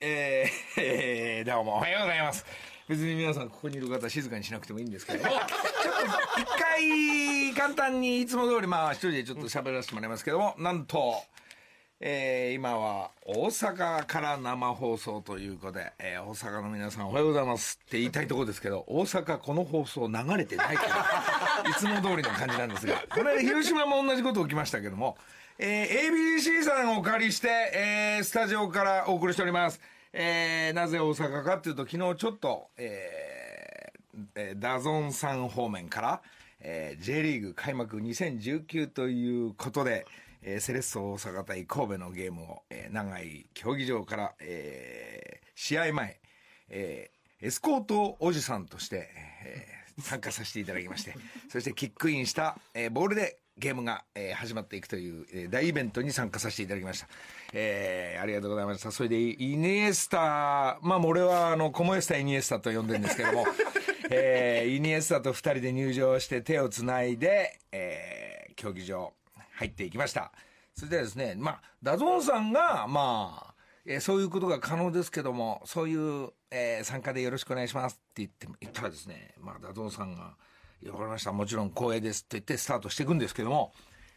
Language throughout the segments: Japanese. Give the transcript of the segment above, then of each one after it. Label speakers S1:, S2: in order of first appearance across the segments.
S1: えー、えーどう もおはようございます。別に皆さんここにいる方静かにしなくてもいいんですけども、ちょっと一回簡単にいつも通りまあ一人でちょっと喋らせてもらいますけども、なんと、えー今は大阪から生放送ということで、えー大阪の皆さんおはようございますって言いたいところですけど、大阪この放送流れてない から、いつも通りの感じなんですが、この間広島も同じこと起きましたけども、えー ABC さんをお借りして、えースタジオからお送りしております。えーなぜ大阪かっていうと、昨日ちょっと、えーえーダゾンさん方面から、えー J リーグ開幕2019ということで、えーセレッソ大阪対神戸のゲームを、えー長井競技場から、えー試合前、えーエスコートおじさんとして、えー参加させていただきまして、 そしてキックインした、えーボールでゲームが、えー始まっていくという、えー大イベントに参加させていただきました。えーありがとうございました。それで、イニエスタ、まあ、もう俺は、あの、コモエスタ・イニエスタと呼んでるんですけども、 えーイニエスタと二人で入場して手をつないで、えー競技場入っていきました。それでですね、まあ、ダゾーンさんが、まあ、えーそういうことが可能ですけども、そういう、えー参加でよろしくお願いしますって言って、言ったらですね、まあ、ダゾンさんが、いや、わかりました、もちろん光栄ですって言ってスタートしていくんですけども、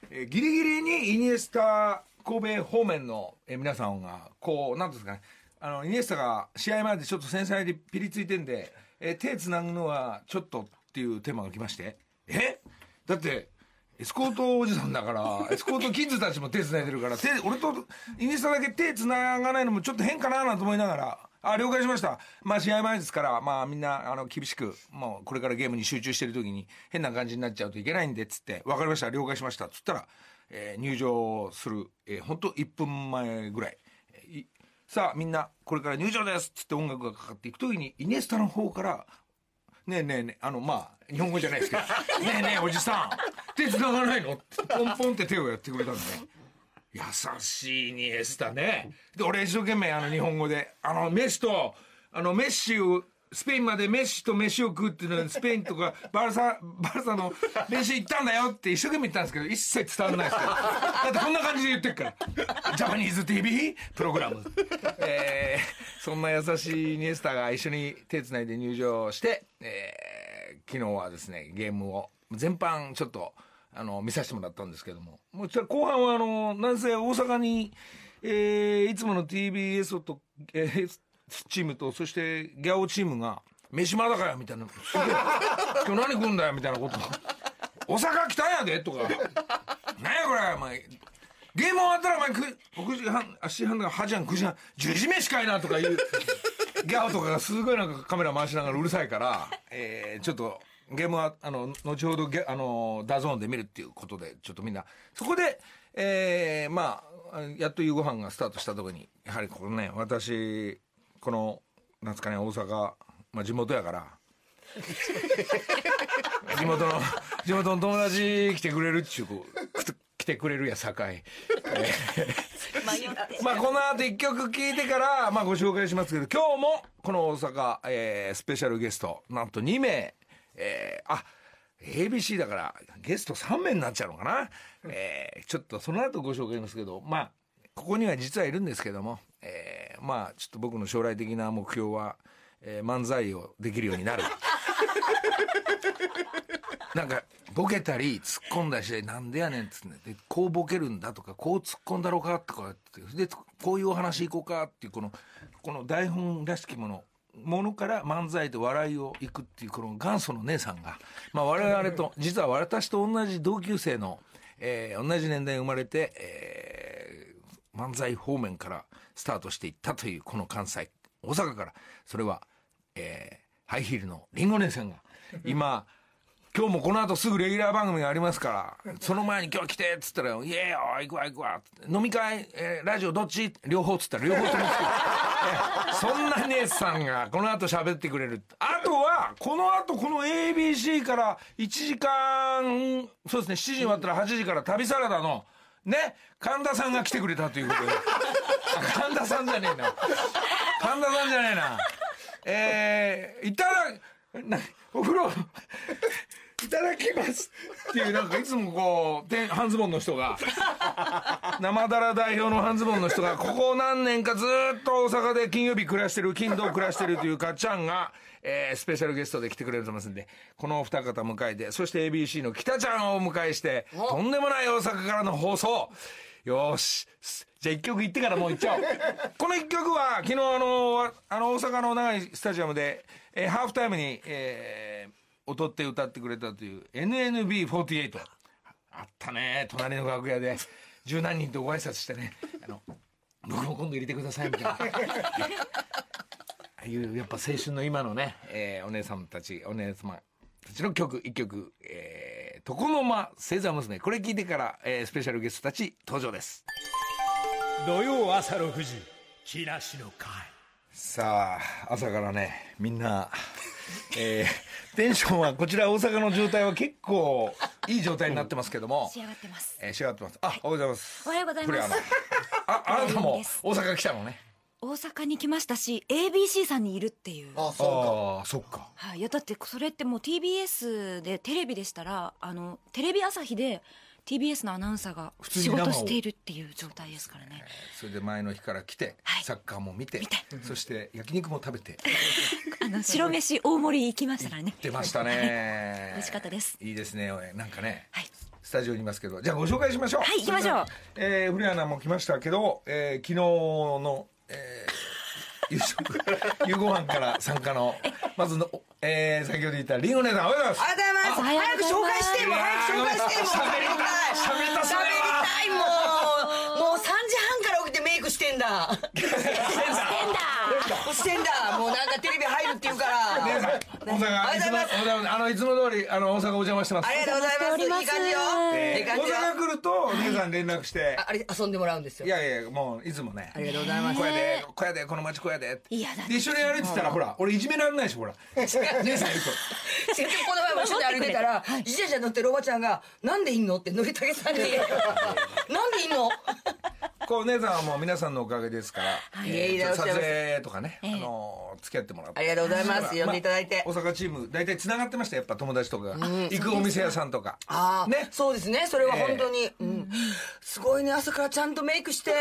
S1: えーギリギリにイニエスタ神戸方面の、えー皆さんが、こう、なんていうんですかね、あの、イニエスタが試合前でちょっと繊細でピリついてんで、えー手つなぐのはちょっとっていうテーマが来まして、えだって、エスコートおじさんだから、エスコートキッズたちも手繋いでるから、手、俺とイニスタだけ手繋がないのもちょっと変かななんて思いながら、あ、了解しました。まあ試合前ですから、まあみんな、あの、厳しく、もうこれからゲームに集中してる時に変な感じになっちゃうといけないんで、つって、わかりました、了解しました、つったら、えー入場する、えー、ほんと1分前ぐらい。えーいさあみんな、これから入場ですつって音楽がかかっていく時に、イニエスタの方から、ねえねえねえ、あの、まあ、日本語じゃないですけど、ねえねえ、おじさん、手繋がないのってポンポンって手をやってくれたんで、優しいニエスタね。で、俺一生懸命あの日本語で、あの、メッシと、あの、メッシを、スペインまでメッシと飯を食うっていうのは、スペインとかバルサ、バルサの練習行ったんだよって一生懸命言ったんですけど、一切伝わらないですから。だってこんな感じで言ってるから。ジャパニーズ TV プログラム。えー、そんな優しいイニエスタが一緒に手つないで入場して、えー、昨日はですね、ゲームを全般ちょっと、あの、見させてもらったんですけども。もう、後半は、あの、なんせ大阪に、えーいつもの TBS と、えーチームと、そして、ギャオチームが、飯まだかよみたいな。 すげえ今日何食うんだよみたいなこと。大阪来たんやでとか。何やこれお前。ゲーム終わったらお前く、6時半、あ7時半だから8時半、9時半、10時飯かいなとかいう、ギャオとかがすごいなんかカメラ回しながらうるさいから、えー、ちょっと、ゲームは、あの、後ほどゲ、あの、ダゾーンで見るっていうことで、ちょっとみんな、そこで、えー、まあ、やっと夕ご飯がスタートしたとこに、やはりここね、私、この、なんですかね、大阪、まあ地元やから、地元の、地元の友達来てくれるっちゅう、こうくと来てくれるや、境。
S2: 迷って。
S1: まあ、この後一曲聴いてから、まあ、ご紹介しますけど、今日も、この大阪、えー、スペシャルゲスト、なんと2名、えー、あ、ABC だから、ゲスト3名になっちゃうのかなえー、ちょっとその後ご紹介しますけど、まあ、ここには実はいるんですけども、えー、まあ、ちょっと僕の将来的な目標は、えー、漫才をできるようになる。なんか、ボケたり、突っ込んだりして、なんでやねんっつってね、で、こうボケるんだとか、こう突っ込んだろうかとかって、で、こういうお話いこうかっていう、この、この台本らしきもの、ものから漫才と笑いをいくっていう、この元祖の姉さんが、まあ我々と、実は私と同じ同級生の、えー同じ年代生まれて、えー漫才方面からスタートしていったという、この関西、大阪から、それは、えーハイヒールのリンゴ姉さんが、今、今日もこの後すぐレギュラー番組がありますから、その前に今日来てっつったら、いえよ、行くわ行くわ。飲み会、えーラジオどっち両方っつったら両方とも来てる そんな姉さんがこの後喋ってくれる。あとは、この後この ABC から1時間、そうですね、7時に終わったら8時から旅サラダの、ね、神田さんが来てくれたということで。 あ神田さんじゃねえな。神田さんじゃねえな。えー、いただ、なお風呂、いただきますっていう、なんかいつもこう、てん半ズボンの人が、生だら代表の半ズボンの人が、ここ何年かずっと大阪で金曜日暮らしてる、金土暮らしてるというかっちゃんが、えースペシャルゲストで来てくれてますんで、このお二方迎えて、そして ABC の北ちゃんをお迎えして、とんでもない大阪からの放送、よーし。じゃあ一曲行ってからもう行っちゃおう。この一曲は、昨日あの、わあの、大阪の長いスタジアムで、えーハーフタイムに、えー踊って歌ってくれたという NNB48。あったね、隣の楽屋で。十何人とご挨拶してね、あの、僕も今度入れてくださいみたいな。 ああいうやっぱ青春の今のね、えーお姉さんたちお姉様たちの曲一曲「えー、床の間星座娘」これ聞いてから、えースペシャルゲストたち登場です
S3: 土曜朝6時木梨の会
S1: さあ朝からねみんな、えーテンションはこちら大阪の状態は結構いい状態になってますけども
S2: 仕上がってます。
S1: えー仕上がってますあおはようございます
S2: おはようございます
S1: 古谷ア ナああなた
S2: 古谷
S1: も
S2: です
S1: 大阪来たのね
S2: 大阪に来ましたし、ABC さんにいるっていう。
S4: あ、そ
S1: ああそっか
S2: はい、いやだってそれってもう TBS でテレビでしたらあのテレビ朝日で TBS のアナウンサーが
S1: 普通に
S2: 仕
S1: 生を
S2: 事しているっていう状態ですからね
S1: それで前の日から来て、
S2: はい
S1: サッカーも見て
S2: 見て
S1: そして焼肉も食 べて
S2: あの白飯大盛り行きましたからね
S1: 出ましたね。
S2: 美味しかったです
S1: いいですね。なんかね、
S2: はい
S1: スタジオにいますけど、じゃあご紹介しましょう。
S2: はい行きましょう
S1: それから。えー、古谷アナも来ましたけど、えー、昨日の、えー、夕 食、夕ご飯から参加 の、まずの、えー、先ほど言ったリンゴ姉さん、おはようございます。
S4: ありがとうございます。早く紹介しても早く紹介して
S1: 喋
S4: も
S1: りたい喋りたいそれは
S4: 喋りたいもうもう3時半から起きてメイクしてんだしてんだもうなんかテレビ入るって言うから
S1: 姉さん、大
S4: あ
S1: 阪、い
S4: りがと
S1: つ
S4: うご
S1: も
S4: ざい
S1: 大
S4: ます、
S1: 阪あの、いつも通り、あの、大阪お邪魔してます。
S4: ありがとうございますいい感じよい
S1: え
S4: い
S1: ー
S4: 感じよ
S1: 大阪来ると、姉さん連絡して
S4: あ、あれ遊んでもらうんですよ
S1: いやいや、もう、いつもね。
S4: ありがとうございます
S1: 小屋で、小屋で、この町小屋で。
S2: いやだって
S1: で一緒にやれって言ったら、ほら、俺いじめられないし、ほら。姉さんいると。
S4: 違うでもこの前も一緒に歩いてたら自転車乗ってるおばちゃんが「なんでいんの?」ってのりたけさんに「なんでいんの?」
S1: こう、姉さんはもう皆さんのおかげですから、
S4: いえいえ
S1: ちょっと
S4: おっしゃ
S1: 撮
S4: います
S1: 影とかね、あのー、付き合ってもらって。
S4: ありがとうございます
S1: だから
S4: 呼んでいただいて
S1: まあ大阪チーム、大体繋がってました、やっぱ友達とかが。行くお店屋さんとか。
S4: ああ、
S1: ね。
S4: そうですね。それは本当に。うん。すごいね、朝からちゃんとメイクして。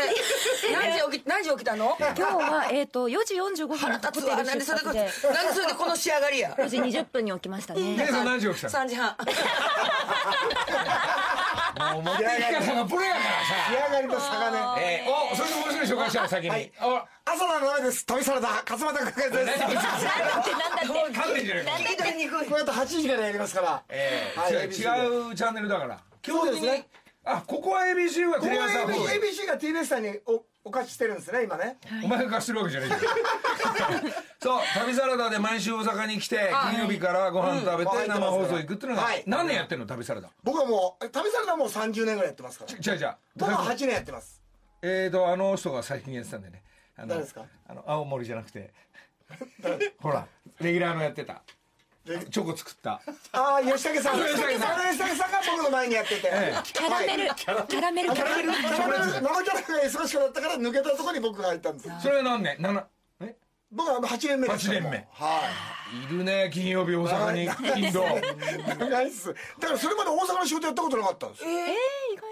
S4: 何時起き、何時起きたの
S2: 今日は、えー、と4時45分
S4: 腹
S2: ホ
S4: 立つ
S2: テ
S4: わ。
S2: ル
S4: なんでそ
S2: 出
S4: れこ、
S2: 発
S4: なん
S2: で
S4: でそれでこの仕上がりや。
S2: 4時20分に起きましたね
S1: 姉さん何時起きた
S4: ?3 時半。
S1: のもう、持ってき方がプロやから
S5: 仕上がりと差がね。
S1: えー、お、それで面白い紹介しちゃう、先に。
S5: はい
S1: お、
S5: 朝のライブです。旅サラダ、勝俣孝也です。
S1: もう噛んでんじゃないか。
S4: 聞い取りにくい。
S5: これあと8時からやりますから。
S1: えー
S5: はい
S1: 違う
S5: ABC
S1: 違うチャンネルだから。
S5: そうですね。
S1: あ、ここは ABC は
S5: こ
S1: テ
S5: こ
S1: レ
S5: は
S1: 朝放送
S5: ABC ABC が TBS さんにおお貸ししてるんですね、今ね。
S1: お前が貸してるわけじゃないんだよそう、旅サラダで毎週大阪に来て、金曜日からご飯食べ
S5: は
S1: て
S5: い
S1: 生放送行くっていうのが
S5: はい、
S1: 何年やってんの旅サラダ。
S5: 僕はもう、旅サラダもう30年ぐらいやってますから。
S1: じゃあじゃ
S5: 僕は8
S1: あ、
S5: 年やってます。
S1: えーと、あの人が最近やってたんでね。あの
S5: 誰ですか
S1: あの、青森じゃなくて、ほら、レギュラーのやってた。チョコ作った。
S5: ああ、吉武さん。
S1: 吉武さん
S5: あの吉武さんが僕の前にやってて。
S1: ええ
S2: キャラメル、キャラメル
S5: キャラ メル、キャラメル、
S1: チョコレート
S5: 生キャラメルが忙しくなったから抜けたところに僕が入ったんですよ。
S1: それは何年七え
S5: 僕は8年目ですから。
S1: 8年目
S5: もうはい。
S1: いるね、金曜日大阪に、金土。
S5: 長いっすだからそれまで大阪の仕事やったことなかったんですよ、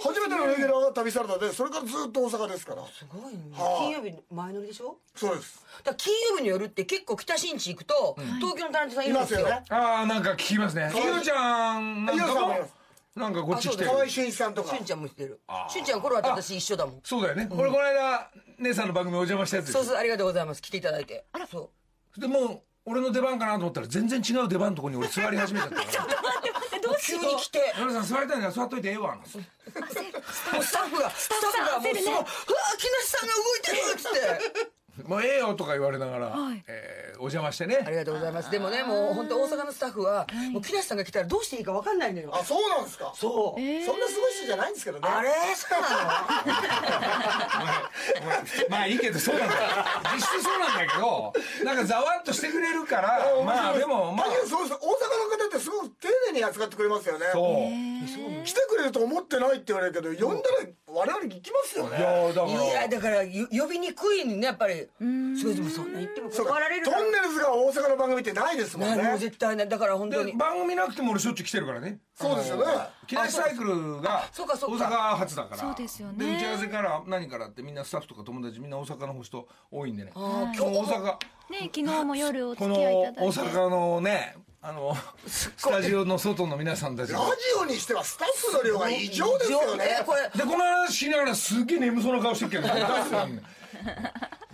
S5: 初めてのレギュラーが旅サラダでそれからずっと大阪ですから
S4: すごいね。
S5: はあ
S4: 金曜日前乗りでしょ
S5: そうです
S4: だから金曜日の夜って結構北新地行くと、東京のタレントさんい
S5: い
S4: るん
S5: ま
S4: ですすよ。
S5: よね
S1: ああ、なんか聞きますね。
S5: そう
S1: ゆうちゃんなん
S5: ゆう
S1: か
S5: さん
S1: も
S5: もいます、
S1: なんかこっち来てる。
S5: 河合俊一さんとか
S4: しゅんちゃんも来てる。しゅんちゃんこれは私一緒だもん。
S1: そうだよね。俺この間、姉さんの番組お邪魔したやつでしょ
S4: そうそう、ありがとうございます。来ていただいて。あら、そう。
S1: でもう俺の出番かなと思ったら全然違う出番のとこに俺座り始めちゃった から「
S4: 急に来て。
S1: 奈良さん座りたいんだから座っといてええわ」なんて
S4: もうスタッフが、スタッフがもうすごい、うわー、木下さんが動いてるっつって。
S1: もうええよ」とか言われながら、えーお邪魔してね
S4: ありがとうございます。でもね、もう本当大阪のスタッフは、もう木梨さんが来たらどうしていいか分かんないのよ。
S5: あそうなんですか
S4: そう。
S5: そんなすごい人じゃないんですけどね
S4: あれそうなの
S1: まあいいけどそうなんだ実質そうなんだけどなんかざわっとしてくれる からまあでもまあ
S5: だけどそうです大阪の方ってすごく丁寧に扱ってくれますよね
S1: そう、
S5: 来てくれると思ってないって言われるけど呼んだら我々行きますよね
S1: いやだから
S4: いや、だから、よ呼びにくいね、やっぱり。それでもそんな言っても
S5: そうか
S4: 断られる
S5: トンネルズが大阪の番組ってないですもん
S4: な
S5: ね
S4: もう絶対ない。だから本当
S1: で
S4: に。
S1: 番組なくても俺しょっちゅう来てるからね
S5: そうですよね
S1: 機内サイクルが
S4: そう
S1: 大
S4: かそうか
S1: 阪発だから
S2: そうですよね
S1: 打ち合わせから何からってみんなスタッフとか友達みんな大阪の方人多いんでね今日大阪
S2: ね昨日も夜お付
S1: こ
S2: き
S1: の
S2: 合いいただ
S1: 大
S2: いて
S1: 阪のねあのスタジオの外の皆さんたちが
S5: ラジオにしてはスタッフの量が異常ですよね
S4: 異常これ。
S1: でこの話しながらすっげえ眠そうな顔してるけど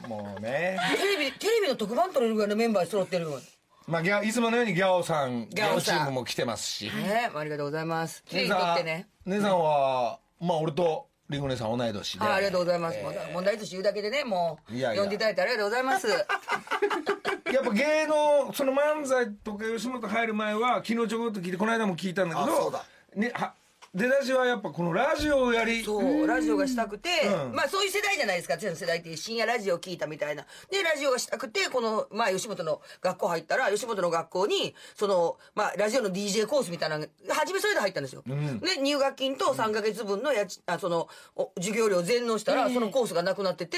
S1: もうね
S4: テレビ、テレビの特番取れるぐらいのメンバー揃ってるの。
S1: まあギャいつものようにギャオさんギ
S4: ギ
S1: ャ
S4: ャ
S1: オ
S4: オ
S1: チ
S4: さん
S1: ームも来てますし
S4: ねありがとうございます。綺麗
S1: 姉
S4: に
S1: さ
S4: 撮
S1: ん
S4: ってね。
S1: 姉さんはまあ俺とリンゴ姉さん同い年で
S4: はい、ありがとうございます。問題とし言うだけでね、もう、
S1: いやいや
S4: 呼んでいただいてありがとうございます。
S1: やっぱ芸能その漫才とか吉本入る前は昨日ちょこっと聞いてこの間も聞いたんだけ
S5: あそ
S1: ど
S5: うだ
S1: ね、は出だしはやっぱこのラジオをやり
S4: そう、ラジオがしたくて、
S1: うん
S4: まあそういう世代じゃないですか、私の世代って深夜ラジオ聞いたみたいな。で、ラジオがしたくて、この、まあ吉本の学校入ったら、吉本の学校に、その、まあラジオの DJ コースみたいなのが、初めそれで入ったんですよ。で、入学金と3ヶ月分のやち、あその、お授業料全納したら、そのコースがなくなって て、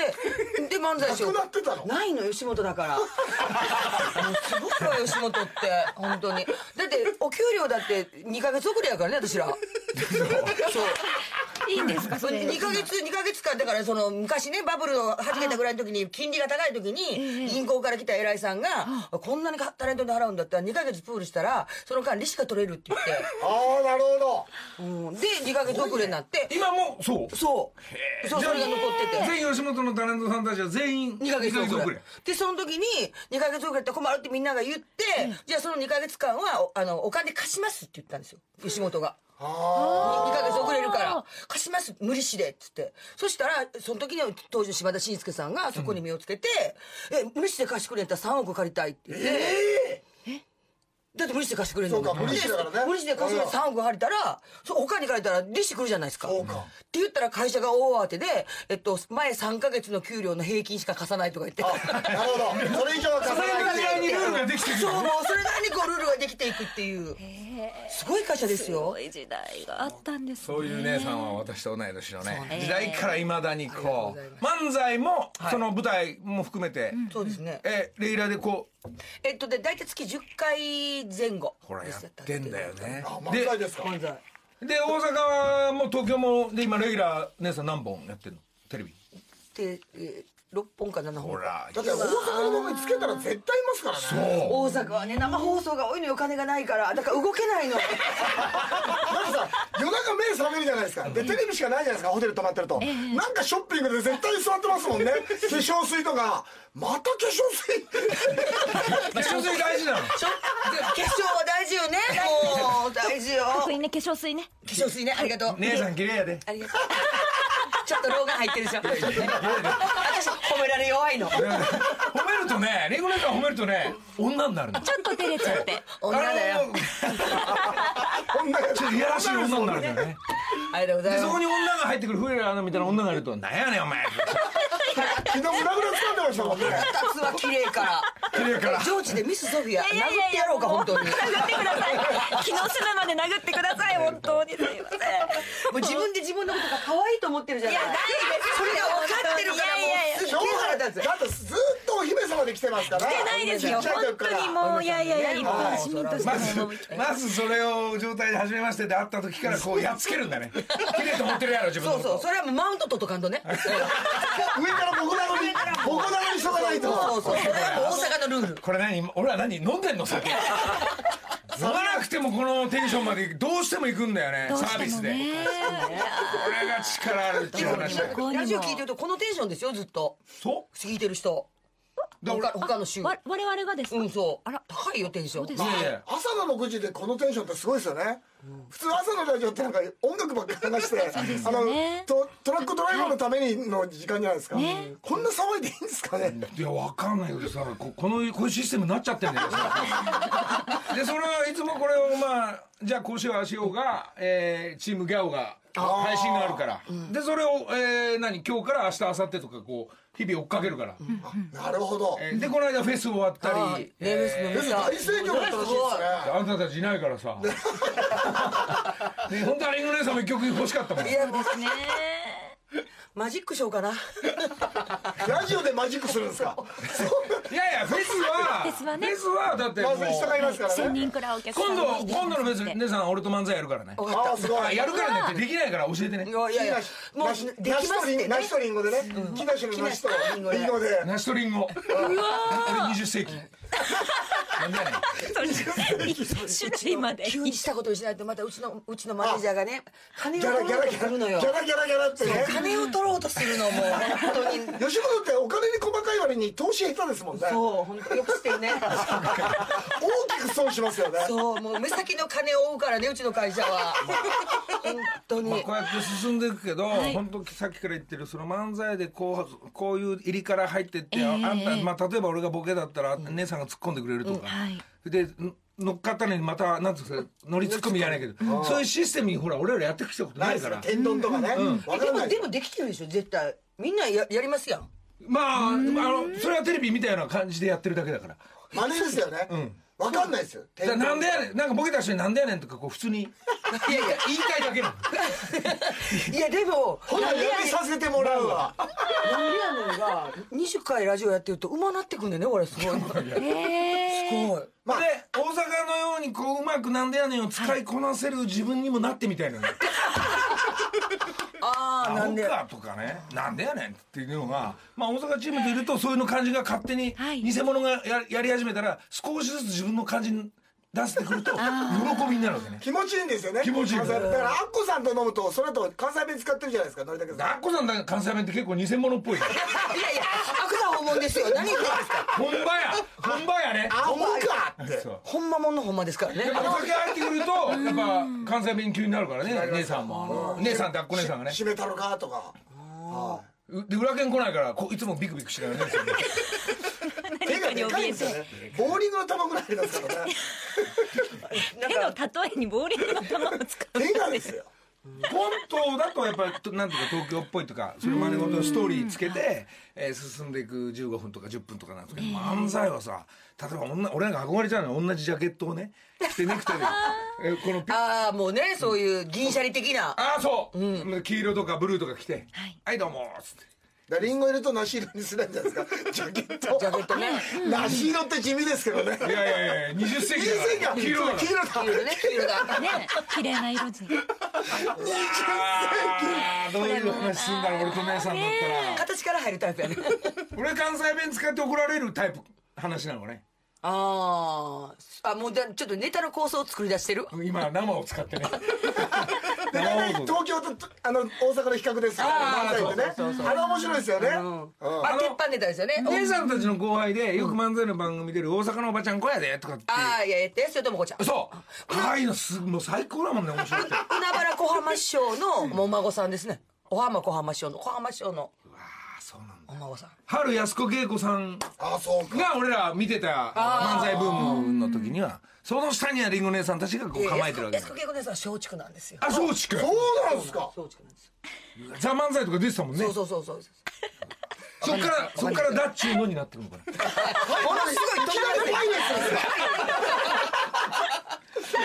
S4: で、漫才しよう。
S5: なくなってたの
S4: ないの吉本だ からもうすごいわ吉本って本当にだってお給料だって2ヶ月遅れやからね私 ら
S2: いいんですかそれ
S4: 2ヶ月2ヶ月間だからその昔ねバブルを始めたぐらいの時に金利が高い時に銀行から来た偉いさんがこんなにタレントに払うんだったら2ヶ月プールしたらその間利子が取れるって言っ
S5: ああなるほ
S4: て、うんで2ヶ月遅れになって
S1: 今もそう
S4: そうそうそれが残ってて
S1: 全員吉本のタレントさんたちは全員
S4: 2ヶ月
S1: 二
S4: 遅れでその時に2ヶ月遅れって困るってみんなが言って、じゃあその2ヶ月間はおあのお金貸しますって言ったんですよ吉本が。2ヶ月遅れるから貸します無利子でっつってそしたらその時に当時の島田紳介さんがそこに目をつけて「え無利子で貸してくれんやったら3億借りたい」って言って、だって無利子で貸してくれるの
S5: そうか無利子だからね
S4: 無利子で貸してくれ3億借りたらそう他に借りたら利子来るじゃないですか
S5: そうか
S4: って言ったら会社が大慌てで、えっと、前3ヶ月の給料の平均しか貸さないとか言って
S5: どなるほどそれ以上は
S1: そ
S5: 貸
S1: れ
S5: さない
S1: ぐらいにルールができてくる
S4: そうもうそれなりにこうルールができていくっていうすごい会社です
S2: す
S4: よ
S2: ごい時代があったんですね
S1: そういう姉さんは私と同い年のね時代からいまだにこ
S4: ありがとう
S1: う漫才もその舞台も含めて
S4: そうですね
S1: えレギュラーでこう
S4: えっとで大体月10回前後
S1: ほらやってんだよね
S5: あ漫才ですか
S4: 漫才
S1: でで大阪はもう東京もで今レギュラー姉さん何本やってるのテレビ
S4: で、えー、6本か7本
S1: ほら
S5: だって大阪の番組つけたら絶対いますからね
S1: そう
S4: 大阪はね生放送が多いのよお金がないからだから動 けないの
S5: なんかさ夜中目覚めるじゃないですかでテレビしかないじゃないですかホテル泊まってるとなんかショッピングで絶対座ってますもんね化粧水とかまた化粧水
S1: 化粧水大事なの
S4: ちょ化粧は大事 よねもう大事よ
S2: 特にね化粧水ね
S4: 化粧水ねありがとう
S1: 姉さん綺麗やで
S4: ありがとう ちょっと老眼入ってるでしょ私褒められ弱い の
S1: 褒めるとねリンゴ姉さん褒めるとね女になるの
S2: ちょっと照れちゃって
S4: 女だよ
S5: 女 が
S1: ちょっといやらしい女になるんだよね
S4: ありがとうござ
S1: で
S4: い
S1: そ
S4: ま
S1: こ
S4: す
S1: に女が入ってくるフレラーみたいな女がいると「なんやねんお前」
S5: 昨日胸ぐら掴んでましたもんね
S4: 二つは綺麗から
S1: 綺麗から
S4: ジョージでミスソフィア殴
S2: いやいやいや
S4: ってやろうか
S2: も
S4: 本当に
S2: 殴ってください気の済むまで殴ってください本当にすいません
S4: もう自分で自分のことが可愛いと思ってるじゃない
S2: いやないです
S4: それが分かってるから
S2: いやいやいや
S4: もうすっげえ腹立つ
S5: だってずっとお姫様で来てますから来
S2: 来てないですよ
S5: ちっちゃい
S2: 本
S5: 時から
S2: 当にもういやいやいや
S4: ね
S2: 一般市民として
S1: ま
S2: も
S1: ず
S2: もう一回
S1: まずそれを状態で初めましてで会った時からこうやっつけるんだね綺麗と思ってるやろ自分の
S4: そ
S1: こ
S4: う
S1: と
S4: そうそれはもうマウント取っとかんとね
S5: 上から僕なのに僕なのにしとかないと
S4: そうそうそれはもう大阪のルール
S1: これ何俺は何飲んでんの 酒飲まなくてもこのテンションまでどうしても行くんだよね
S2: どう
S1: サービス
S2: しても
S1: で、
S2: ね
S1: これが力あるっていう話だよ
S2: ここにも
S4: ラジオ聞いてるとこのテンションですよずっと
S1: そ
S4: 聞いてる人
S1: だから
S4: 他他の週
S2: わ我々がですか
S4: うんそう
S2: あら
S4: 高いよテンション
S2: そうで
S1: うい
S2: す
S1: やいや
S5: 朝の6時でこのテンションってすごいですよね、普通朝のラジオってなんか音楽ばっかり流して、 あのトトラックドライバーのためにの時間じゃないですか、こんな騒いでいいんですかね、
S1: いやわかんないけどさここのこういうシステムになっちゃってんだよさでそれはいつもこれをまあじゃあこうしようああしようが、えーチームギャオが配信があるから、でそれを、えー何今日から明日明後日とかこう日々追っかけるから、
S5: なるほど、
S1: えーでこの間フェス終わったり、
S4: あー
S1: え
S4: レースの
S5: 大
S4: ミスだ
S5: 盛況だったらしいですね
S1: ーあんたたちいないからさね本当はリンゴ姉さんも一曲欲しかったもん
S4: いやもう
S2: ねえ
S4: マジックショー かな。
S5: ラジオでマジックするんで すか
S1: いやいや、フェスは、
S2: フェスはね
S1: フェスはだってもう
S5: まず人がいますから
S2: 1000
S5: ね
S2: 人くらいお客さ
S1: 今
S2: ん
S1: 度、今度のフェ
S2: で
S1: ス、姉さん、俺と漫才やるからね。
S5: ああすご
S1: あ
S5: い
S1: やるからねってできないから教えてね
S4: い。やいやいや、もう
S5: 梨
S4: できますって、ね。
S5: 梨とリンゴでね木梨の梨とリンゴでリンゴで
S1: 梨とリンゴ。俺20世紀。なんでやねん。
S2: 種類まで
S4: 急にしたことをしないとまたうちのうちのマネージャーがね金を
S5: ギャ
S4: 取
S5: ラギャ
S4: ろうとするの
S5: ラギャラギ
S4: よ
S5: ャラギャラギャラってね
S4: 金を取ろうとするのもう本当 に
S5: 吉本ってお金に細かい割に投資下手ですもんね大
S4: そう本当よくしてるね
S5: きく損しますよね
S4: そうもう目先の金を追うからねうちの会社は本当に、
S1: まあ、こうやって進んでいくけど、本当さっきから言ってるその漫才でこうこういう入りから入ってって、あんた、まあ、例えば俺がボケだったら、姉さんが突っ込んでくれるとか、
S2: はい
S1: でん乗っかったのにまたなんつうんですか乗り突っ込みやないけど、そういうシステムにほら俺らやってきたこと
S5: な
S1: ないいか、
S5: ですから天丼とかねわ
S4: で
S5: からな
S4: も
S5: い
S4: でもできてるでしょ絶対みんなややりますやん
S1: まああのそれはテレビみたいな感じでやってるだけだから
S5: 真似ですよねわかんないですよ
S1: だ
S5: 天
S1: からな
S5: 丼
S1: んでやねんなんかボケた人になんでやねんとかこう普通にいやいや言いたいだけなの
S4: いやでも
S5: ほな
S4: なんでや
S5: やめさせてもらうわ
S4: なんでやねんが20回ラジオやってると馬なってくんねんねこれすごいすごい
S5: まあ
S1: で大阪のようにこううまくなんでやねんを使いこなせる自分にもなってみたいなの、
S4: ああ
S1: ア
S4: な
S1: ホ
S4: んで
S1: かとかねなんでやねんっていうのが、まあ、大阪チームでいるとそういうの感じが勝手に
S2: はい
S1: 偽物がややり始めたら少しずつ自分の感じに出してくると喜びになるわけね
S5: 気持ちいいんですよね
S1: 気持ちいい
S5: だからアッコさんと飲むとそれと関西弁使ってるじゃないですかのりたけさん
S1: あっこさんなんか関西弁って結構偽物っぽい
S4: いやいや悪な訪問ですよ何言ってんですか
S1: 本場や本場やね
S5: アホかって
S1: そう
S4: ほんまもんのほんまですからね
S1: やっぱお酒入ってくるとやっぱ関西弁級になるからね姉さんも姉さんってあっこ姉さんがね
S5: しめたのかとか
S1: うで裏剣来ないからこういつもビクビクしながらね
S5: 手がでかいんですよねボーリングの球ぐらいありますからね
S2: 手の例えにボーリングの球を使う
S5: 手がですよ
S1: コントだとやっぱりとなんとか東京っぽいとかそれまでごとのストーリーつけて、えー進んでいく15分とか10分とかなんですけど、漫才はさ例えば女俺なんか憧れちゃうのよ同じジャケットをね着てネクタイ でえーこのピあ
S4: ああもうねそういう銀シャリ的な
S1: あーそう、黄色とかブルーとか着て「は
S2: はいい、
S1: どうも」っつって
S5: だからリンゴ入れと梨色にするんじゃないですかジャケット
S4: ジャケットね
S5: 梨色って地味ですけど
S1: 「
S5: ね
S1: いやいやいや20世紀だから黄
S5: 黄
S1: 色
S5: 色
S1: だ
S5: だ
S1: か
S5: 黄
S1: ら
S5: 色だ
S4: 黄色ね黄色だ
S2: ね綺麗な色に
S1: あーどういう話すんだろう俺と姉さんだったら
S4: 形から入るタイプやね
S1: 俺関西弁使って怒られるタイプ話なのね
S4: あーあもうじゃあちょっとネタの構想を作り出してる
S1: 今生を使ってね
S5: だ
S1: 生
S5: から
S1: 放送
S5: 東京とあの大阪の比較ですよ
S4: あー
S5: 漫才ってねあれ面白いですよねうん
S4: あ鉄板ネタですよね
S1: 姉さんたちの後輩でよく漫才の番組出る大阪のおばちゃん子やでとかって
S4: ああいやえってそれともこちゃん海
S1: そうああいうのすもう最高だもんね面白くて
S4: 原小浜師匠のもうお孫さんですねお浜小浜師匠の小浜師匠の
S1: あそうなんだ
S4: お孫さん
S1: 春安子恵子さん
S5: あそうか
S1: が俺ら見てた漫才ブームの時にはその下にはりんご姉さんたちがこう構えてるわけだ
S4: エス
S1: か
S4: コ
S1: ら
S4: ケイコネさんは松竹なんですよ
S1: あそうしく
S5: そうなんですか
S4: 松竹なんですよ
S1: ザ・漫才とか出てたもんね
S4: そうそうそうそう
S1: そっからそっからダッチューのになってくるのかな
S5: ものすごい気がないですよ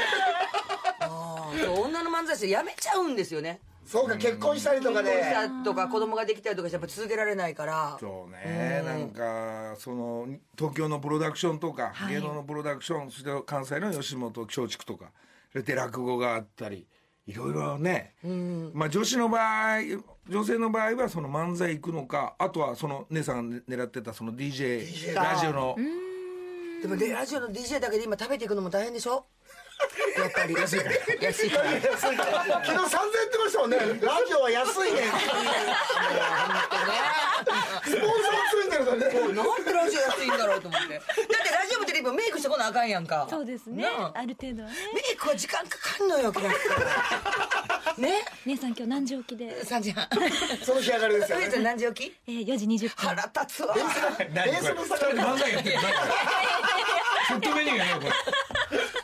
S4: あーそう女の漫才師やめちゃうんですよね
S5: そうか結婚したりとかで
S4: さとか子供ができたりとかしてやっぱ続けられないから
S1: そうね、なんかその東京のプロダクションとか、
S2: い
S1: 芸能のプロダクションそして関西の吉本松竹とかそれで落語があったりいろいろね、まあ女子の場合女性の場合はその漫才行くのかあとはその姉さんが狙ってたその DJ ラジオの
S4: でもでラジオの DJ だけで今食べていくのも大変でしょやっぱり安いから安いから
S5: 安いから昨日3000円ってましたもんねラジオは安いねスポンサーついてるとね
S4: なんでラジオ安いんだろうと思ってだってラジオもテレビもメイクしてこなあかんやんか
S2: そうですね
S4: なあ
S2: ある程度はね
S4: メイクは時間かかんのよ気がつくから ね
S2: 姉さん今日何時起きで、
S4: 3時半
S5: その仕上がりですよ
S4: 上
S5: ね
S4: ちゃん何時起き
S2: えー、4時20分
S4: 腹立つわ
S1: 何これ
S5: ベースの下
S1: それ で漫才やってる何これセットメニューやねこれ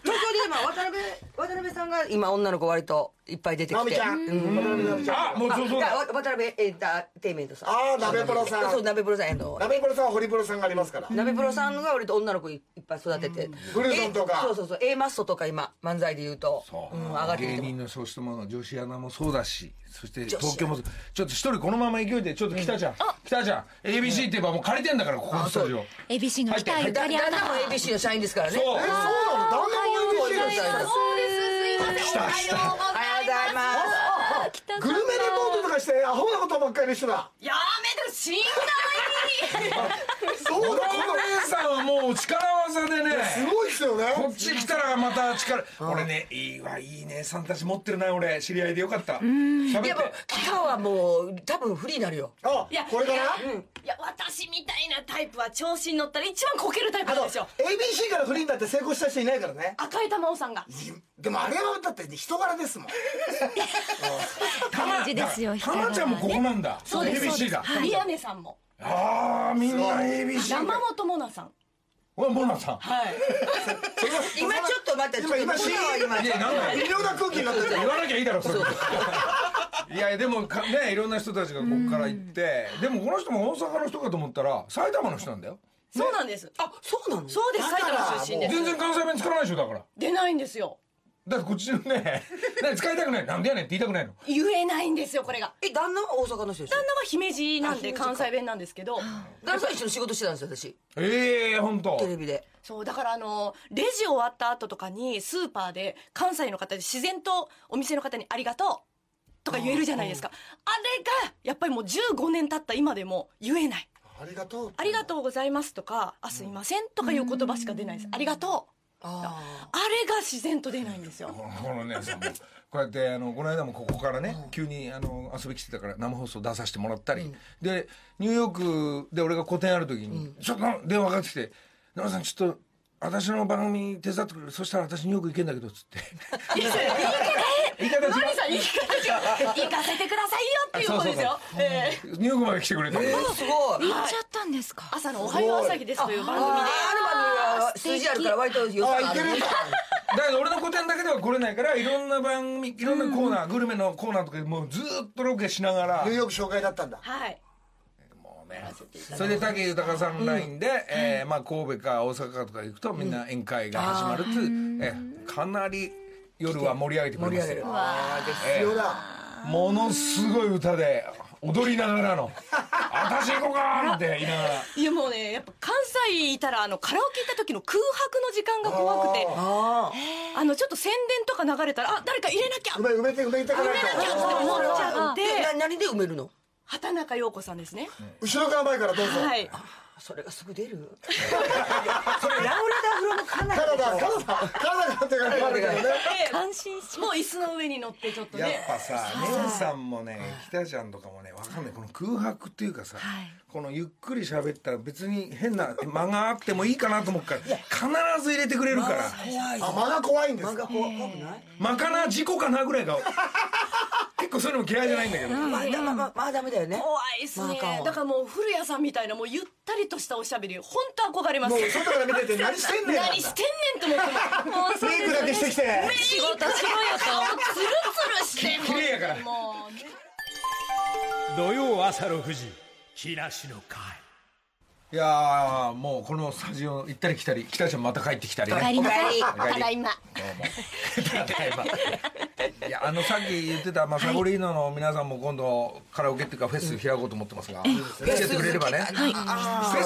S4: 東京で今渡辺渡辺さんが今女の子割といっぱい出てきて
S5: 直美ちゃん渡辺直美ちゃん
S1: あもうそうそう
S4: だ
S1: だ
S4: わ渡辺エンターテインメントさん
S5: あー鍋プロさん
S4: そう鍋プロさんへの
S5: 鍋プロさんはホリプロさんがありますから
S4: 鍋プロさんが割と女の子いっぱい育てて
S5: ブルゾンとか
S4: えそうそうそう A マッソとか今漫才で言うと
S1: そう
S4: うん上がってき
S1: 芸
S4: てま
S1: 人のそうしたもの女子アナもそうだしそして
S4: 子アナ
S1: 東京もちょっと一人このまま勢いでちょっと来たじゃん、来たじゃん ABC って言えばもう借りてんだからここのスタジオ
S2: ABC の北
S1: 入
S2: 井
S1: っ
S2: ゆ
S1: て
S2: か
S4: す
S2: り
S4: 旦
S2: アナ
S4: 那も ABC の社員ですからね
S1: そう
S5: えそうなの旦那も ABC の社員です
S6: す。すいません。おはようござい
S4: おはようござい
S6: ま
S4: ます
S5: グルメレポートとかしてアホなことばっかりの人だ
S6: す。やめて、死んだ
S5: そうだこ
S1: お姉さんはもう力技でね
S5: のすごいですよね
S1: こっち来たらまた力俺ねいいわいい姉さんたち持ってるな俺知り合いでよかった喋っ
S4: い
S1: て
S4: やもう期間はもう多分フリーになるよ
S5: あこれかな
S6: ないや、私みたいなタイプは調子に乗ったら一番こけるタイプ
S5: あ
S6: な
S5: と
S6: んですよ。
S5: ABC からフリーになって成功した人いないからね
S6: 赤い玉緒さんが。
S5: でもあれはだって人柄ですもん
S1: たま
S2: 感じですよ
S1: たまちゃんもここなんだ
S6: そうです。そうで
S1: ABC
S6: す
S1: だ
S6: 宮根さんも。
S1: ああみんな ABC だ
S6: 山本もなさん。
S1: おいモナさん
S6: はい。
S4: 今ちょっと待って
S5: 今今
S4: ちょっと今今
S1: いやなんだよ
S5: 微妙な空気になってる
S1: 言わなきゃいいだろそれいやでもかねいろんな人たちがここから行ってでもこの人も大阪の人かと思ったら埼玉の人なんだよ
S6: そうなんです。あ、
S4: そうなの
S6: そうです。埼玉出身で
S1: 全然関西弁使わないでしょだから
S6: 出ないんですよ。
S1: だってこっちのね 何使いたくないなんでやねんって言いたくないの
S6: 言えないんですよ、これが。
S4: え旦那は大阪の人でしょ
S6: 旦那は姫路なんで
S4: あ姫路か
S6: 関西弁なんですけど。
S4: 旦那さん一緒に仕事してたんですよ私
S1: ええ本当
S4: テレビで
S6: そう、だからあの、レジ終わった後とかに、スーパーで、関西の方で自然とお店の方にありがとうとか言えるじゃないですか。あれが、やっぱりもう15年経った今でも言えない。
S5: ありがとう
S6: ありがとうございますとか、あ、すいませんとかいう言葉しか出ないです。ありがとう。
S4: あ
S6: あれが自然と出ないんですよ。
S1: このねさんもこうやってあのこの間もここからね、急にあの遊び来てたから生放送出させてもらったり、でニューヨークで俺が個展ある時に、ちょっと電話かかってきて「生さんちょっと私の番組手伝ってくれるそしたら私ニューヨーク行けんだけど」っつって言い方違う
S6: マリさん、行かせて、行かせてくださいよっていうことですよ。ええ
S1: ニューヨークまで来てくれた、
S4: あすごい
S2: 行っちゃったんですか
S6: 朝のおはよう朝日ですという番組で。
S4: あの番組は数字あるから割とよ
S5: あ
S4: さ
S5: いけるんだ
S1: だから俺の個展だけでは来れないからいろんな番組いろんなコーナー、グルメのコーナーとかでもうずーっとロケしながら
S5: ニューヨーク紹介だったんだ
S6: はい。
S1: もうねそれで武豊さんラインで、えーまあ、神戸か大阪かとか行くとみんな宴会が始まるっていう、えーかなり夜は盛り上げてく
S4: 盛
S1: れ
S4: り
S1: ま
S4: 上
S1: す
S4: げ
S1: よ
S4: る
S5: 必要だ
S1: ものすごい歌で踊りながらの「私行こうか!」って言いながら。
S6: いやもうね、やっぱ関西いたら、あの、カラオケ行った時の空白の時間が怖くて、
S4: あ
S6: あの、ちょっと宣伝とか流れたら、あ、誰か入れなきゃ
S5: 埋め埋めて埋めてかないと
S6: ちょっと思っちゃって、
S4: でな何で埋めるの
S6: 畑中陽子さんですね。
S5: 後ろから前からど うぞ
S6: はい。
S4: それがすぐ出る それラウラダフロムカナ
S5: カナ
S4: ダ
S5: ダカナダカナダって感じがあるけどね
S6: 感心しもう椅子の上に乗ってちょっと
S1: やっ
S6: ね。
S1: ぱさ姉さんもね北ちゃんとかもねわかんないこの空白っていうかさ、このゆっくり喋ったら別に変 な間があってもいいかなと思うから必ず入れてくれるから
S4: 怖い
S5: あ間が怖いんです
S4: 漫
S5: か
S4: 画怖怖くない
S1: まかな事故かなぐらいが 結構そういうのも嫌いじゃないんだけど、
S4: まあだまあまあまあダメだよね
S6: 怖いっす
S4: まああ
S6: ね
S4: かんわ。
S6: だからもう古谷さんみたいなもうゆったりとしたおしゃべり、本当憧れます
S5: も。う外から見てて何してんねんなんだ
S6: 何してんねんと思っても。もうそう
S5: メイクだけしてきて
S6: 仕事しろよと。つるつるして。
S1: 綺麗やから
S6: もうね
S3: 土曜朝6時木梨の会
S1: いやーもうこのスタジオ行ったり来たり北ちゃんまた帰ってきたりね
S2: 帰りなさい
S1: お帰り
S2: ただいま
S1: どうもただいまいやあのさっき言ってたまあサゴリーノの皆さんも今度カラオケっていうかフェス開こうと思ってますが来ててくれればね
S4: はい
S1: フ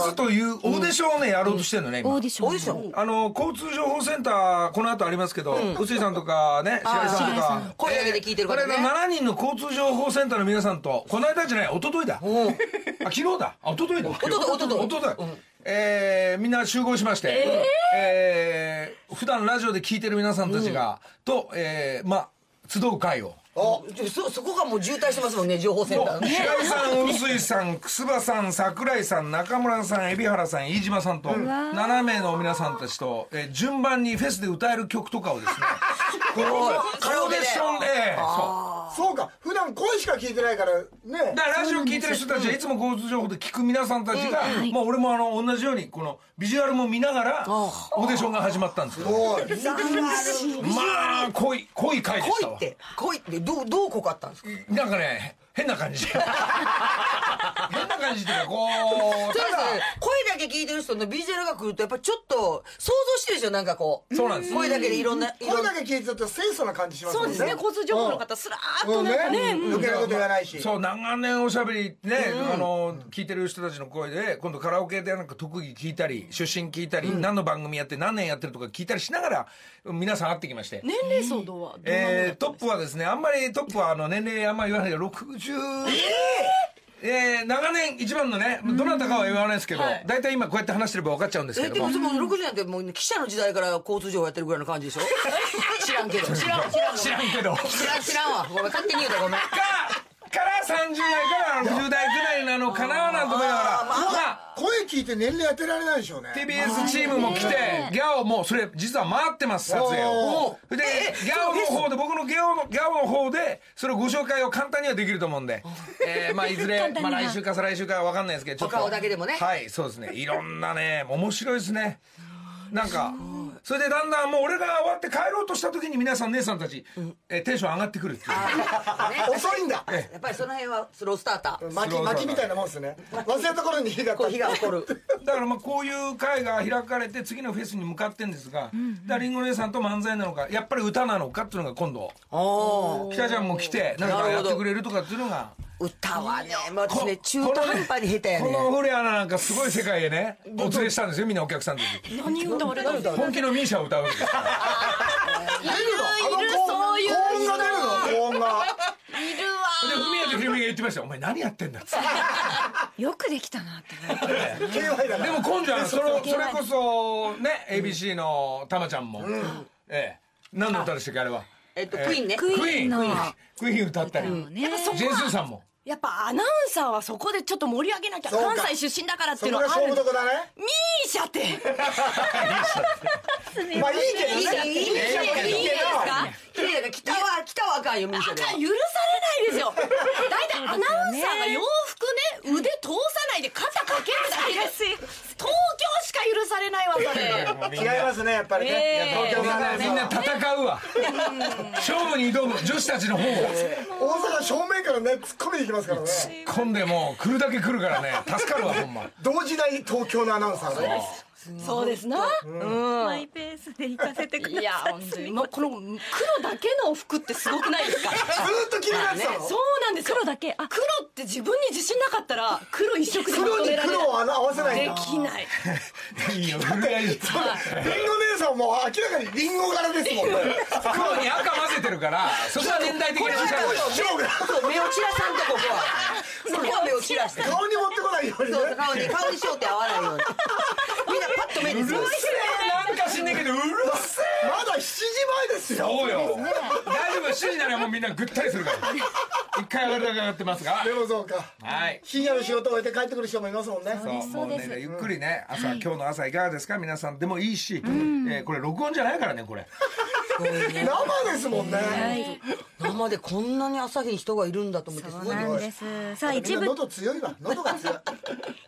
S1: ェスというオーディションをねやろうとしてるのね
S2: オ
S1: 今
S2: ーディション
S4: オーディション
S1: あの交通情報センターこの後ありますけど臼井さんとかね白井さんとか
S4: 声だけで聞いてる
S1: こ
S4: か
S1: れ
S4: ら
S1: の
S4: ね
S1: 7人の交通情報センターの皆さんとこの間じゃない一昨日だ あ昨日だあ一昨日だ一
S4: 昨日一昨日
S1: 昨日えーみんな集合しましてえー普段ラジオで聞いてる皆さんたちがとえーまあ集う会を
S4: あでそそこがもう渋滞してますもんね情報センターのね
S1: 白井さん臼井さん楠葉さん桜井さん中村さん海老原さん飯島さんと7名の皆さんたちと、えー 順番にフェスで歌える曲とかをですねこの
S4: カラオケで
S1: オーディションでそう
S5: そうか普段声しか聞いてないからね
S1: だからラジオ聞いてる人たちはいつも交通情報で聞く皆さんたちが、まあ俺もあの同じようにこのビジュアルも見ながらオーディションが始まったんですけど
S5: おい
S1: まあ濃い濃い回でした
S4: 恋っ
S1: わ
S4: て恋ってどうどう濃かったんですか
S1: なんかね変な 感じ変な感じっていうかこう
S4: そうですね声だけ聞いてる人のビジュアルが来るとやっぱちょっと想像してるでしょなんかこう
S1: そうなんです
S4: 声だけでいろんないろ
S5: 声
S4: んな
S5: だけ聞いてたと清楚な感じしますも
S6: そ
S5: ん
S6: う
S5: ね
S6: ですね交通情報の方すらーっ
S5: も
S6: と
S5: うね
S6: なんかね、うん
S5: 余計なこと言わないし
S1: そう長年おしゃべりね、あの聞いてる人たちの声で今度カラオケでなんか特技聞いたり出身聞いたり、何の番組やって何年やってるとか聞いたりしながら皆さん会ってきまして、
S6: 年齢層どうはどうなのだ
S1: えー、
S6: ったん
S1: トッ
S6: で
S1: プ
S6: す
S1: はですねあんまりトップはあの年齢あんまり言わないけど60えー長年一番のねどなたかは言わないですけど
S6: はい
S1: 大体、今こうやって話してれば分かっちゃうんですけ
S4: え
S1: ど
S4: で
S1: も
S4: もでも60なんてもう記者の時代から交通情報やってるぐらいの感 じでしょ知らんけど知らん知らん
S1: 知らんけどか
S4: 知らん知らんわごめん勝手に言うたご めん
S1: から30代から60代ぐらいなのかななんて思いながらまあ
S5: 声聞いて年齢当てられないでしょうね
S1: TBS チームも来て、ギャオも、それ、実は回ってます、撮影
S5: お
S1: を。で、ギャオの方で、僕のギャオの、ギャオの方で、それをご紹介を簡単にはできると思うんで、えー、まあ、いずれ、まあ、来週か再来週かは分かんないですけど、ちょっと。
S4: お顔だけでもね
S1: はい、そうですね。いろんなね、面白いですね。なんか、それでだんだんもう俺が終わって帰ろうとした時に皆さん姉さんたち、えーテンション上がってくるっていう。
S5: 遅いんだ
S4: やっぱりその辺はスロースターター
S5: 巻き巻きみたいなもんですね忘れた頃に火が
S4: こう火が起こる
S1: だからまあこういう会が開かれて次のフェスに向かってんですが、だからりんご姉さんと漫才なのかやっぱり歌なのかっていうのが今度
S4: おー
S1: 北ちゃんも来てなんかやってくれるとかっていうのが
S4: 歌はねもう
S1: こ
S4: 私ね中途半端に下手や
S1: この
S4: ね
S1: 古谷アナなんかすごい世界へねお連れしたんですよみんなお客さんたち
S6: 何歌われたんですか
S1: 本気のミーシャを歌うわけですから
S5: 出るの
S6: いる
S5: 高音
S6: そういう人
S5: 高音が出るの高音が
S6: いるわ
S1: で文也とひろみが言ってましたよお前何やってんだっつって
S2: よくできたなって思って
S5: KY だな
S1: でも根性あるそれそれこそね ABC のたまちゃんも、ええ何の歌でしたっけあれは
S4: えっとクイーンね
S1: クイ
S2: クイ
S1: ー
S2: ー
S1: ン
S2: ンの
S1: クイーン歌ったり、
S2: ね
S1: ジェンスーさんも
S6: やっぱアナウンサーはそこでちょっと盛り上げなきゃ
S5: そうか
S6: 関西出身だからっ
S5: そ
S6: てい
S5: こ
S6: うの
S5: が
S6: はあ
S5: 勝
S6: る
S5: 負どこ
S6: んです
S5: だね
S6: ミーシャって
S5: まあいいけ
S4: いい
S5: ど
S4: じゃんいい
S5: ね
S4: じゃんいいじゃんいいじゃん綺麗だから北は北はあかんよみんな
S6: あか
S4: で
S6: ん許されないです よ大体アナウンサーが洋服ね腕通さないで肩かけるだけです東京しか許されないわそれ
S5: 違いますねやっぱりね
S6: ええ
S5: 東京
S1: みん
S5: さん
S1: な
S5: ね
S1: みんな戦うわ勝負に挑む女子たちの方を
S5: 大阪正面からね突っ込みに行きますからね
S1: 突っ込んでもう来るだけ来るからね助かるわほんま
S5: 同時代東京のアナウンサーね
S6: そうですな
S2: マイペースで行かせてくだ
S6: い
S2: さい
S6: や本当にもうこの黒だけの服ってすごくないですか
S5: ずーっと気になってたの
S6: そうなんです黒だけあ黒って自分に自信なかったら黒一色でま
S5: 黒
S6: と
S5: に
S6: められ
S5: 黒を合わせないん
S6: で
S5: だ
S6: きない
S1: いいよ古谷リン
S5: リンゴ姉さんも明らかにリンゴ柄ですもんね
S1: 黒に赤混ぜてるからそこは年代的におしゃれだし
S5: 白が
S4: そう目を散らさんとここはそこは目を散らして
S5: 顔に持ってこないようにね
S4: そう顔に顔に焦点合わないようにみんなパッと目に
S1: うるせえなんか知んねえけどうるせえ
S5: まだ7時前ですよ
S1: そうよ大丈夫7時になればもうみんなぐったりするから一回上がるだけ上がってますが
S5: でもそうか
S1: はい
S5: 深夜の仕事を終えて帰ってくる人もいますもんね
S1: そうもうねゆっくりね朝、今日の朝いかがですか皆さんでもいいし、えーこれ録音じゃないからねこれ
S5: 生ですもんね
S4: 生でこんなに朝日に人がいるんだと思ってす
S2: そう
S4: ごい
S2: なんですさあ
S5: み
S2: 一
S5: んな
S2: 部
S5: 喉強いわ喉が強い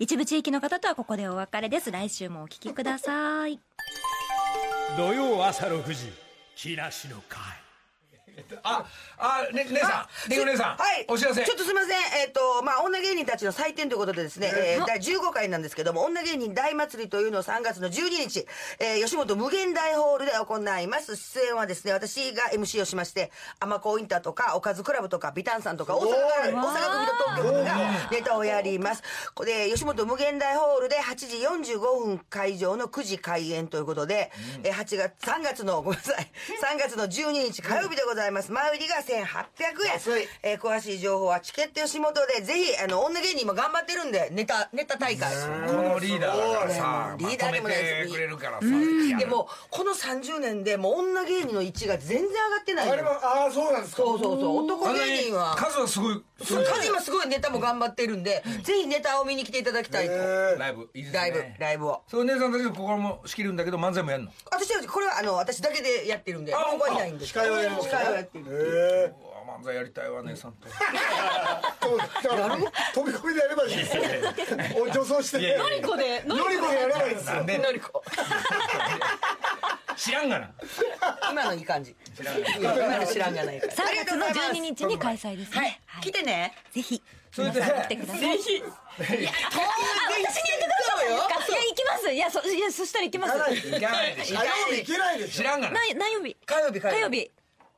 S2: 一部地域の方とはここでお別れです来週もお聞きください
S3: 土曜朝6時木梨の会
S1: ああね姉さんりんご姉さん、
S4: はい。
S1: お知らせ
S4: ちょっとすいません。えっ、と、まあ、女芸人たちの祭典ということでですね、えー第15回なんですけども、女芸人大祭りというのを3月の12日、えー吉本無限大ホールで行います。出演はですね、私が MC をしまして、アマコインターとか、おかずクラブとか、ビタンさんとか、大阪から、大阪組と東京が ネタをやります。これ、吉本無限大ホールで8時45分会場の9時開演ということで、えー8月、3月の、ご めんなさい、3月の12日火曜日でございます。前売りが1800円。
S5: 安い
S4: えー詳しい情報はチケット吉本で、ぜひ、あの、女芸人も頑張ってるんで、ネタ、ネタ大会。
S1: このリーダーだからさ
S4: リーダーでも
S1: ま
S4: ない
S1: と
S4: です
S1: めてくれるからさ
S4: でも、この30年で、もう女芸人の位置が全然上がってないの
S5: あれもああそうなんですか
S4: そうそうそう、男芸人は。
S1: 数はすごいす
S4: 数
S1: ごい
S4: 今すごいネタも頑張ってるんで、ぜひネタを見に来ていただきたいと。
S1: ライブいいですね
S4: ライブ、ライブを。
S1: そうお姉さんたちの心も仕切るんだけど漫才もやるの
S4: 私は、これは、あの、私だけでやってるんで、
S1: あ
S4: 今後はいないんで。
S5: 司会をやるんですか
S4: 司会をやってる。
S5: へえ
S1: うわ漫才やりたいわ姉さんと
S5: そうだから飛び込みでやればいいんですよお女装して
S1: やいやい
S6: のりこでの
S5: よりこでやればいいんですよ
S1: で
S4: のりこ
S1: 知らんがな
S4: 今のいい感じ
S1: 知らんがな
S4: 今の知らんがないから
S2: 3月の12日に開催ですね。
S4: はい来てね
S2: ぜひ、
S1: それ
S2: 皆
S1: で
S2: さん来てください。いや、
S4: ひ
S2: 私に言ってくださいか。いや、行きます。いや、そ、いや、そしたら行きま
S1: い
S2: す。
S1: かないでしょ
S5: 火曜日行けないでし
S1: 知
S5: ょ
S1: らんがな
S2: 何、何曜日
S4: 火曜日火
S2: 火
S4: 曜日
S2: 曜日。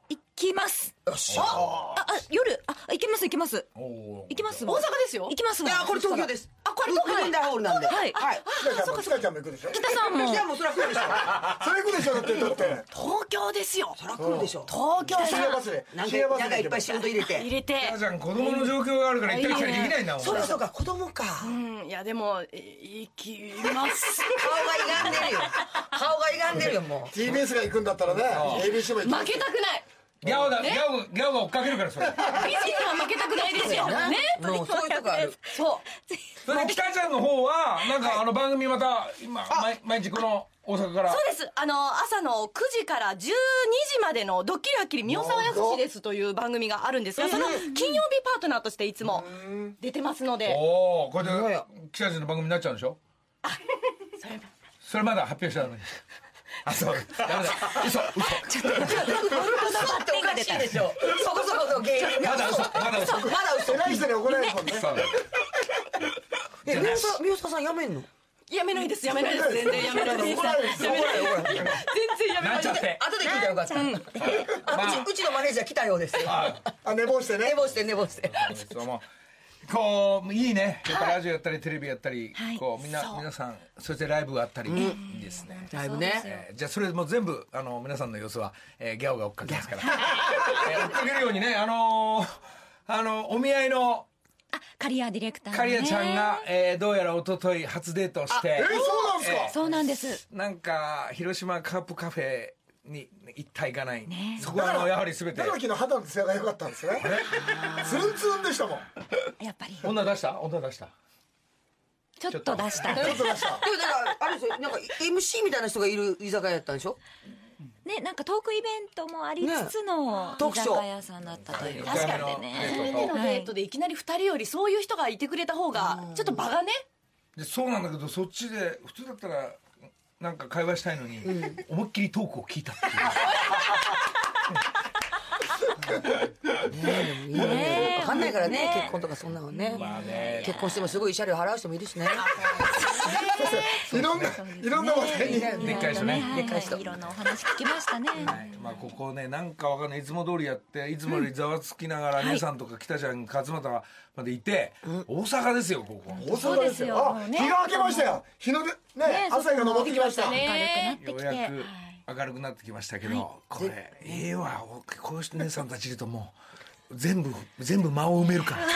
S2: 行きます。
S4: よっしゃ
S2: あ、あ、夜、あ、行きます、行きます。
S1: おお
S2: 行きます。
S6: 大阪ですよ
S2: 行きます
S4: い
S2: もん。
S4: やこれ東京です
S6: あこれ東京
S4: ウィンダーホールなんで
S2: はい
S4: はい
S5: 塚ちゃんも塚ちゃんも行くでしょ
S2: 北さんも
S4: い。やもうそりゃそうでしょ
S5: それ行くでしょだってだって
S6: 東京ですよ
S4: そりゃ来るでしょ
S6: 東京
S5: 深夜バスで
S4: なん
S5: 深夜バ
S4: か
S5: ス
S4: なん
S5: で
S4: かいっ
S5: 行け
S4: ぱ
S5: ば
S4: い仕事入れ
S6: 入
S4: て
S6: れて
S1: 母ちゃん子供の状況があるから行ったり来たりできないんだもん
S4: そうかそうか子供か
S6: うんいやでもい行きます
S4: 顔が歪んでるよ顔が歪んでるよも
S5: TBS が行くんだったらね ABC も行く
S6: 負けたくない
S1: ギャオだギャオギャオが追っかけるからそれ
S6: 美人は負けたくないですよね
S4: うもうそういうとこある
S6: そう
S1: それで北ちゃんの方はなんかあの番組また今毎毎日この大阪から
S6: そうです。あの、朝の9時から12時までのドッキリはっきり、宮沢やすしですという番組があるんですが、その金曜日パートナーとしていつも出てますので、
S1: おおこれで北ちゃんの番組になっちゃうんでしょそれまだ発表してないのにあそうダメだ嘘嘘
S4: 嘘っておかしいでしょそこそこの芸人
S1: ま
S4: が
S1: だ嘘まだ 嘘
S4: まだ嘘
S5: 偉い人に怒られるもんね
S1: そう
S4: え宮沢宮沢さんやめんの
S6: やめないです、やめないです。全然やめないです。
S5: 怒られるんですよ
S6: やめないです。全然やめ
S1: な
S6: なんい
S1: ちゃっ
S6: です。
S1: て
S4: 後で聞いたらよかったあうちうちのマネージャー来たようですよ
S1: あ
S5: あ寝坊してね
S4: 寝坊して寝坊して
S1: そうもうこういいねやっぱラジオやったりテレビやったり、
S2: はい
S1: こうみんな皆さんそしてライブがあったり、いいですね、
S4: だいぶ
S2: そうです
S4: ね
S2: よ
S1: えーじゃあそれもう全部あの皆さんの様子は、えーギャオが追っかけますから、えー追っかけるようにねあのーあのお見合いの
S2: あ、カリアディレクターのね
S1: カリアちゃんが、。えーどうやら一昨日初デートをして
S5: えーそうなんすか
S2: そうなんです。
S1: なんか広島カープカフェに一体行かない、
S2: ね
S1: そこはもうやはり全て
S5: 長木の肌のツヤが良かったんですねツルンツルンでしたもん
S2: やっぱり。
S1: 女出した女出した
S2: ちょっと出した。
S5: ちょっ
S4: で
S5: と出した
S4: もだからあれですよなんか MC みたいな人がいる居酒屋やったんでしょ
S2: ね、なんかトークイベントもありつつの、
S4: ねトーク
S2: 居
S4: ショー
S2: 酒屋さんだったという。
S1: はい
S2: 確かにね。
S6: 初めてのデートでいきなり2人よりそういう人がいてくれた方が、ちょっと場がね、
S1: でそうなんだけどそっちで普通だったらなんか会話したいのに、思いっきりトークを聞いたって
S2: ね
S4: わかんないからね
S2: ね
S4: 結婚とかそんなのね
S1: まあね
S4: 結婚してもすごい慰謝料払う人もいるしね
S5: いろんな、いろんな話題に。
S1: いうでっかい人ね
S2: はい
S4: でっかい人
S2: いろんなお話聞きましたね。
S1: はいまあここねなんかわかんないいつも通りやっていつもよりざわつきながら、姉さんとか北ちゃん勝俣までいて、大阪ですよここ。
S5: 大阪ですよ。
S2: そうですよ
S5: あ、
S2: ね
S5: 日が明けましたよ。日の出、ね、朝日が昇ってきました。
S2: 明る
S1: よう
S2: くなってきて。
S1: やく明るくなってきましたけど、これええわおこうして姉さんたちいるともう全部全部間を埋めるから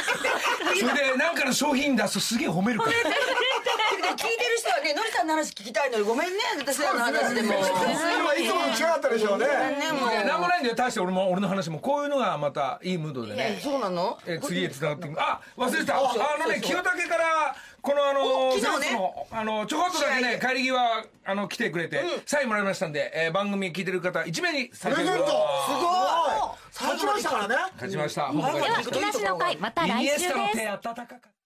S1: それでなんかの商品出すとすげえ褒めるから
S4: 聞いてる人はねのりさんの話聞きたいのにごめんね私らの話でも
S5: そうですね今いつもと違かったでしょうね。
S1: いやなんもないんだよ大して俺も俺の話もこういうのがまたいいムードでね
S4: そうなの
S1: えー次へ伝わってくるあ忘れてたああのね
S4: そうそう
S1: 清武からこのあの
S4: お昨日ね
S1: フェスのあのちょこっとだけね帰り際あの来てくれてサインもらいましたんで、えー番組聞いてる方1名に差
S5: プ
S1: し
S5: レ
S1: 上
S5: ゼン
S1: げ
S5: ト。す
S1: ま
S5: ごい
S1: す。
S5: 勝ちましたからね。
S1: 勝ちました、
S2: では、木梨の会、また
S1: イ
S2: 来
S1: ニエ
S2: 週
S1: スタの
S2: です
S1: 手。温かかった